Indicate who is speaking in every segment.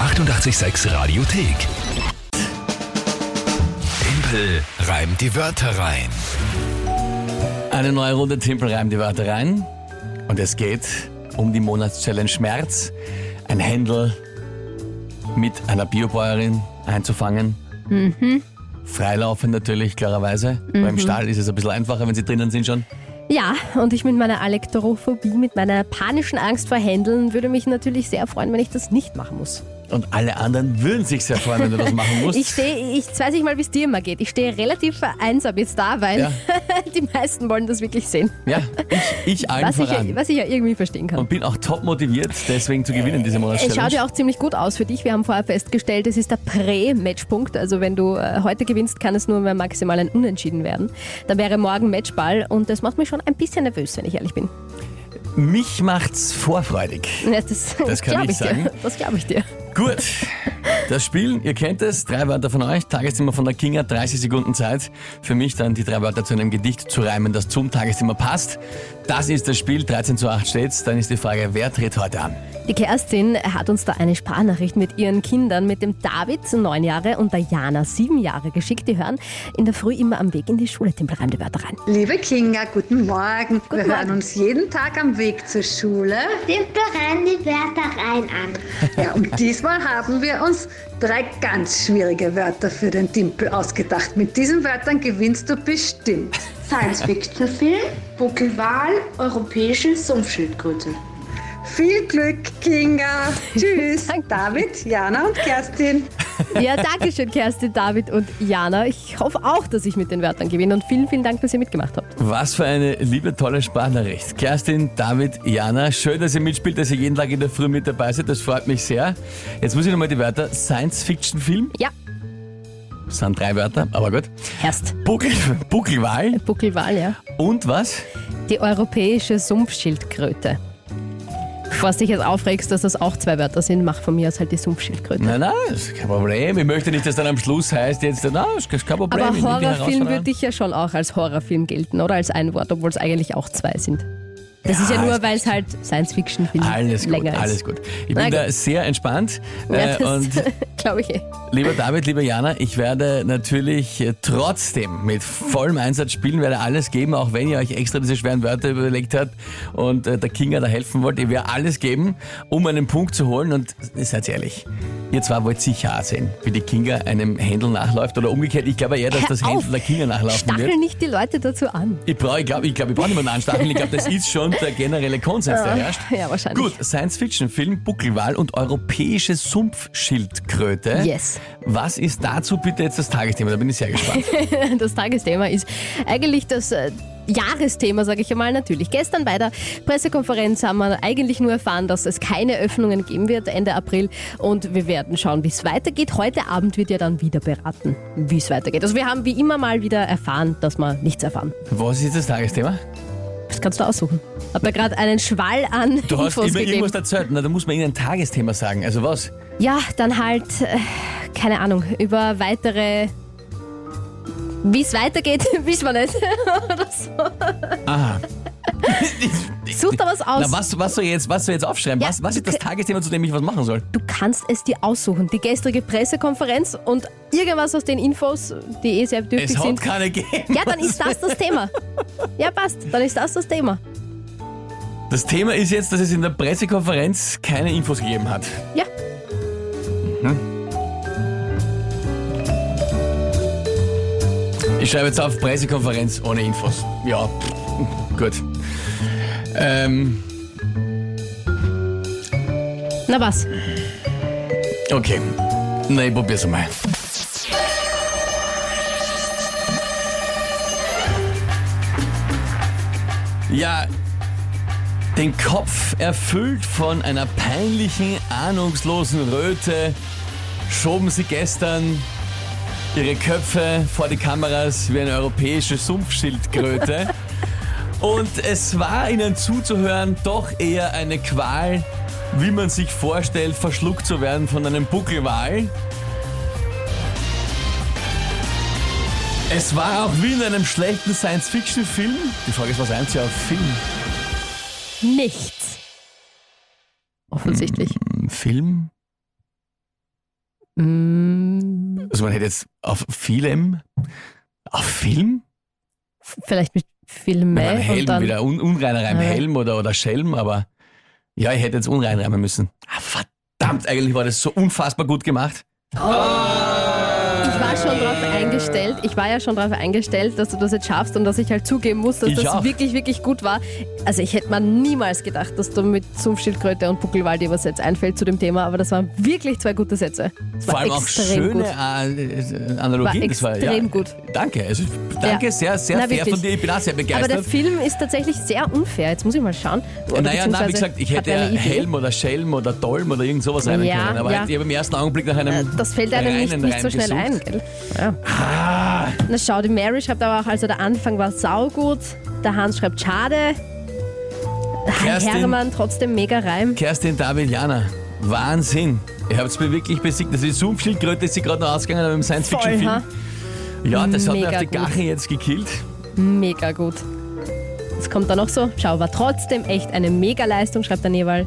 Speaker 1: 886 Radiothek. Tempel reimt die Wörter rein.
Speaker 2: Eine neue Runde Timpel reimt die Wörter rein. Und es geht um die Monatschallenge Schmerz. Ein Händel mit einer Biobäuerin einzufangen.
Speaker 3: Mhm.
Speaker 2: Freilaufend natürlich, klarerweise. Beim Stall ist es ein bisschen einfacher, wenn sie drinnen sind schon.
Speaker 3: Ja, und ich mit meiner Elektrophobie, mit meiner panischen Angst vor Händeln würde mich natürlich sehr freuen, wenn ich das nicht machen muss.
Speaker 2: Und alle anderen würden sich sehr freuen, wenn du das machen musst.
Speaker 3: Ich stehe, ich jetzt weiß ich mal, wie es dir immer geht. Ich stehe relativ einsam jetzt da, weil
Speaker 2: Ja.
Speaker 3: die meisten wollen das wirklich sehen.
Speaker 2: ja, ich, ich allen
Speaker 3: Was ich,
Speaker 2: voran.
Speaker 3: ja, was ich ja irgendwie verstehen kann.
Speaker 2: und bin auch top motiviert, deswegen zu gewinnen, diese
Speaker 3: Es schaut
Speaker 2: Monatschallenge.
Speaker 3: ja auch ziemlich gut aus für dich. Wir haben vorher festgestellt, es ist der Prä-Matchpunkt. Also wenn du äh, heute gewinnst, kann es nur mehr maximal ein Unentschieden werden. Dann wäre morgen Matchball und das macht mich schon ein bisschen nervös, wenn ich ehrlich bin.
Speaker 2: Mich macht's vorfreudig.
Speaker 3: Ja, Das,
Speaker 2: Das kann
Speaker 3: glaub
Speaker 2: ich sagen.
Speaker 3: dir. Das glaube ich dir.
Speaker 2: Gut, das Spiel, ihr kennt es, drei Wörter von euch, Tagesthema von der Kinga, 30 Sekunden Zeit. Für mich dann die drei Wörter zu einem Gedicht zu reimen, das zum Tagesthema passt. Das ist das Spiel, 13 zu 8 steht's. Dann ist die Frage, wer tritt heute an?
Speaker 3: Die Kerstin hat uns da eine Sprachnachricht mit ihren Kindern, mit dem David, neun Jahre, und der Jana, sieben Jahre, geschickt. Die hören in der Früh immer am Weg in die Schule Tempelreim die Wörter rein.
Speaker 4: Liebe Kinga, guten Morgen. Wir
Speaker 3: Morgen.
Speaker 4: hören uns jeden Tag am Weg zur Schule.
Speaker 5: Dimple rein die Wärter rein an.
Speaker 4: Ja, und diesmal haben wir uns drei ganz schwierige Wörter für den Dimpel ausgedacht. Mit diesen Wörtern gewinnst du bestimmt.
Speaker 5: Science-Fiction-Film, Buckelwal, europäische Sumpfschildkröte.
Speaker 4: Viel Glück, Kinga. Tschüss. David, Jana und Kerstin.
Speaker 3: Ja, danke schön, Kerstin, David und Jana. Ich hoffe auch, dass ich mit den Wörtern gewinne und vielen, vielen Dank, dass ihr mitgemacht habt.
Speaker 2: Was für eine liebe, tolle Sprachnachricht. Kerstin, David, Jana, schön, dass ihr mitspielt, dass ihr jeden Tag in der Früh mit dabei seid, das freut mich sehr. Jetzt muss ich nochmal die Wörter, Science-Fiction-Film,
Speaker 3: Ja,
Speaker 2: das sind drei Wörter, aber gut.
Speaker 3: Herst,
Speaker 2: Buckel, Buckelwal
Speaker 3: Buckelwal, ja.
Speaker 2: und was?
Speaker 3: Die europäische Sumpfschildkröte. Bevor du dich jetzt aufregst, dass das auch zwei Wörter sind, mach von mir aus halt die Sumpfschildkröte.
Speaker 2: Nein, nein, das ist kein Problem. Ich möchte nicht, dass dann am Schluss heißt, jetzt, nein, das ist kein Problem.
Speaker 3: Aber
Speaker 2: ich nehm die
Speaker 3: Horrorfilm
Speaker 2: Herausforderung an.
Speaker 3: würde ich ja schon auch als Horrorfilm gelten, oder? Als ein Wort, obwohl es eigentlich auch zwei sind. Das ist ja nur, weil es halt Science-Fiction-Film
Speaker 2: Alles gut,
Speaker 3: länger ist.
Speaker 2: alles gut. Ich
Speaker 3: Na
Speaker 2: bin da
Speaker 3: gut.
Speaker 2: sehr entspannt.
Speaker 3: Ja,
Speaker 2: Äh,
Speaker 3: das
Speaker 2: und
Speaker 3: glaube ich eh.
Speaker 2: lieber David, lieber Jana, ich werde natürlich äh, trotzdem mit vollem Einsatz spielen, werde alles geben, auch wenn ihr euch extra diese schweren Wörter überlegt habt und äh, der Kinga da helfen wollt. Ich werde alles geben, um einen Punkt zu holen. Und äh, seid ehrlich, ihr zwei wollt sicher sehen, wie die Kinga einem Händel nachläuft oder umgekehrt. Ich glaube eher, dass
Speaker 3: Hör
Speaker 2: das
Speaker 3: auf.
Speaker 2: Händel der Kinga nachlaufen wird.
Speaker 3: Stachel nicht die Leute dazu an.
Speaker 2: Ich brauche, ich glaube, ich, glaub, ich brauche niemanden anstacheln. Ich glaube, das ist schon der generelle Konsens, der herrscht.
Speaker 3: Ja, wahrscheinlich.
Speaker 2: Gut, Science-Fiction-Film Buckelwal und europäische Sumpfschildkröte.
Speaker 3: Yes.
Speaker 2: Was ist dazu bitte jetzt das Tagesthema? Da bin ich sehr gespannt.
Speaker 3: Das Tagesthema ist eigentlich das äh, Jahresthema, sage ich einmal natürlich. Gestern bei der Pressekonferenz haben wir eigentlich nur erfahren, dass es keine Öffnungen geben wird Ende April und wir werden schauen, wie es weitergeht. Heute Abend wird ja dann wieder beraten, wie es weitergeht. Also wir haben wie immer mal wieder erfahren, dass wir nichts erfahren.
Speaker 2: Was ist das Tagesthema?
Speaker 3: Das kannst du aussuchen. Hab da gerade einen Schwall an
Speaker 2: Du hast
Speaker 3: Infos
Speaker 2: immer
Speaker 3: gegeben.
Speaker 2: irgendwas erzählt. Na, da muss man irgendein Tagesthema sagen. Also was?
Speaker 3: Ja, dann halt, äh, keine Ahnung, über weitere. Wie es weitergeht, wissen wir nicht.
Speaker 2: Aha.
Speaker 3: Such da was aus.
Speaker 2: Ah. Na, was, was soll ich jetzt, was soll ich jetzt aufschreiben?
Speaker 3: Ja,
Speaker 2: was, was
Speaker 3: du
Speaker 2: ist das
Speaker 3: kann-
Speaker 2: Tagesthema, zu dem ich was machen soll?
Speaker 3: Du kannst es dir aussuchen. Die gestrige Pressekonferenz und irgendwas aus den Infos, die eh sehr bedürftig
Speaker 2: Es hat
Speaker 3: sind.
Speaker 2: keine gegeben.
Speaker 3: Ja, dann ist das das Thema. Ja, passt. Dann ist das das Thema.
Speaker 2: Das Thema ist jetzt, dass es in der Pressekonferenz keine Infos gegeben hat. Mhm.
Speaker 3: Ja.
Speaker 2: Ich schreibe jetzt auf Pressekonferenz ohne Infos. Ja, pff, gut. Ähm,
Speaker 3: Na was?
Speaker 2: okay. Na, ich probier's einmal. Ja, den Kopf erfüllt von einer peinlichen, ahnungslosen Röte schoben sie gestern ihre Köpfe vor die Kameras wie eine europäische Sumpfschildkröte. Und es war ihnen zuzuhören doch eher eine Qual, wie man sich vorstellt, verschluckt zu werden von einem Buckelwal. Es war auch wie in einem schlechten Science-Fiction-Film. Die Frage ist, was reimt sie auf Film?
Speaker 3: Nichts. Offensichtlich.
Speaker 2: Film? Mm.
Speaker 3: Mm.
Speaker 2: Also man hätte jetzt auf Film, auf Film,
Speaker 3: Vielleicht mit Filme
Speaker 2: Nein, Helm
Speaker 3: und dann.
Speaker 2: wieder, un, unreiner Reim,
Speaker 3: Ah.
Speaker 2: Helm oder, oder Schelm, aber ja, ich hätte jetzt unrein reimen müssen. Ah, verdammt, eigentlich war das so unfassbar gut gemacht.
Speaker 3: Ich war schon drauf eingestellt. Ich war ja schon drauf eingestellt, dass du das jetzt schaffst und dass ich halt zugeben muss, dass
Speaker 2: Ich
Speaker 3: das
Speaker 2: auch.
Speaker 3: wirklich, wirklich gut war. Also ich hätte mir niemals gedacht, dass du mit Sumpfschildkröte und Buckelwald dir was jetzt einfällt zu dem Thema, aber das waren wirklich zwei gute Sätze. Das
Speaker 2: Vor
Speaker 3: war
Speaker 2: allem auch
Speaker 3: extrem
Speaker 2: schöne
Speaker 3: gut.
Speaker 2: A- äh, Analogien.
Speaker 3: War
Speaker 2: das war,
Speaker 3: extrem
Speaker 2: ja,
Speaker 3: gut.
Speaker 2: Danke, also, danke
Speaker 3: Ja.
Speaker 2: sehr, sehr
Speaker 3: Na,
Speaker 2: fair
Speaker 3: wirklich.
Speaker 2: von dir. Ich bin auch sehr
Speaker 3: Aber der
Speaker 2: begeistert.
Speaker 3: Film ist tatsächlich sehr unfair. Jetzt muss ich mal schauen.
Speaker 2: naja, nein,
Speaker 3: Oder
Speaker 2: wie
Speaker 3: beziehungsweise
Speaker 2: gesagt, ich
Speaker 3: hat
Speaker 2: hätte
Speaker 3: er
Speaker 2: ja
Speaker 3: eine Idee.
Speaker 2: Helm oder Schelm oder Dolm oder irgend sowas reimen
Speaker 3: Ja,
Speaker 2: können. Aber
Speaker 3: ja.
Speaker 2: ich habe im ersten Augenblick nach
Speaker 3: Äh,
Speaker 2: einem.
Speaker 3: Das fällt einem nicht,
Speaker 2: reinen
Speaker 3: nicht so
Speaker 2: Reim
Speaker 3: schnell ein,
Speaker 2: gesucht.
Speaker 3: gell? Ja.
Speaker 2: Ah.
Speaker 3: Na schau, die Mary schreibt aber auch, also der Anfang war saugut, der Hans schreibt schade,
Speaker 2: Kerstin.
Speaker 3: Hermann trotzdem mega Reim.
Speaker 2: Kerstin David Jana, Wahnsinn. Ihr habt es mir wirklich besiegt. Also die Zoom-Schildkröte ist sie gerade noch ausgegangen aber im
Speaker 3: ha?
Speaker 2: Science-Fiction-Film. Ja, das hat mir
Speaker 3: Mega
Speaker 2: auf die
Speaker 3: gut.
Speaker 2: Gache jetzt gekillt.
Speaker 3: Mega gut. Es kommt dann noch so, schau, war trotzdem echt eine Mega-Leistung, schreibt der Neval.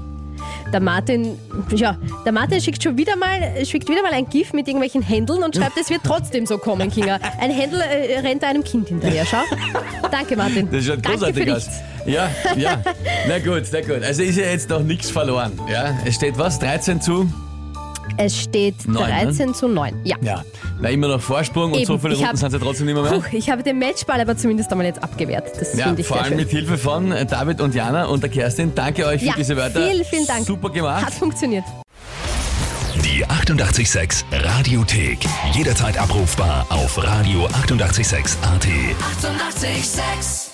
Speaker 3: Der Martin, ja, der Martin schickt schon wieder mal, schickt wieder mal ein GIF mit irgendwelchen Händeln und schreibt, es wird trotzdem so kommen, Kinga. Ein Händel äh, rennt einem Kind hinterher, schau. Danke, Martin.
Speaker 2: Das schaut
Speaker 3: Danke für
Speaker 2: großartig aus.
Speaker 3: nichts.
Speaker 2: Ja, ja. Na gut, na gut. Also ist ja jetzt noch nichts verloren. Ja, es steht was? 13 zu?
Speaker 3: Es steht
Speaker 2: Neun, ne?
Speaker 3: 13 zu 9. Ja.
Speaker 2: Ja. Na, immer noch Vorsprung und
Speaker 3: Eben,
Speaker 2: so viele
Speaker 3: ich hab-
Speaker 2: Runden sind es ja trotzdem nicht mehr.
Speaker 3: Puh, ich habe den Matchball aber zumindest einmal jetzt abgewehrt. Das
Speaker 2: Ja,
Speaker 3: finde ich
Speaker 2: vor
Speaker 3: sehr
Speaker 2: allem
Speaker 3: schön.
Speaker 2: mit Hilfe von äh, David und Jana und der Kerstin. Danke euch
Speaker 3: Ja,
Speaker 2: für diese Wörter.
Speaker 3: vielen, vielen Dank.
Speaker 2: Super gemacht.
Speaker 3: Hat funktioniert.
Speaker 1: Die 886 Radiothek. Jederzeit abrufbar auf radio886.at. 886!
Speaker 6: 886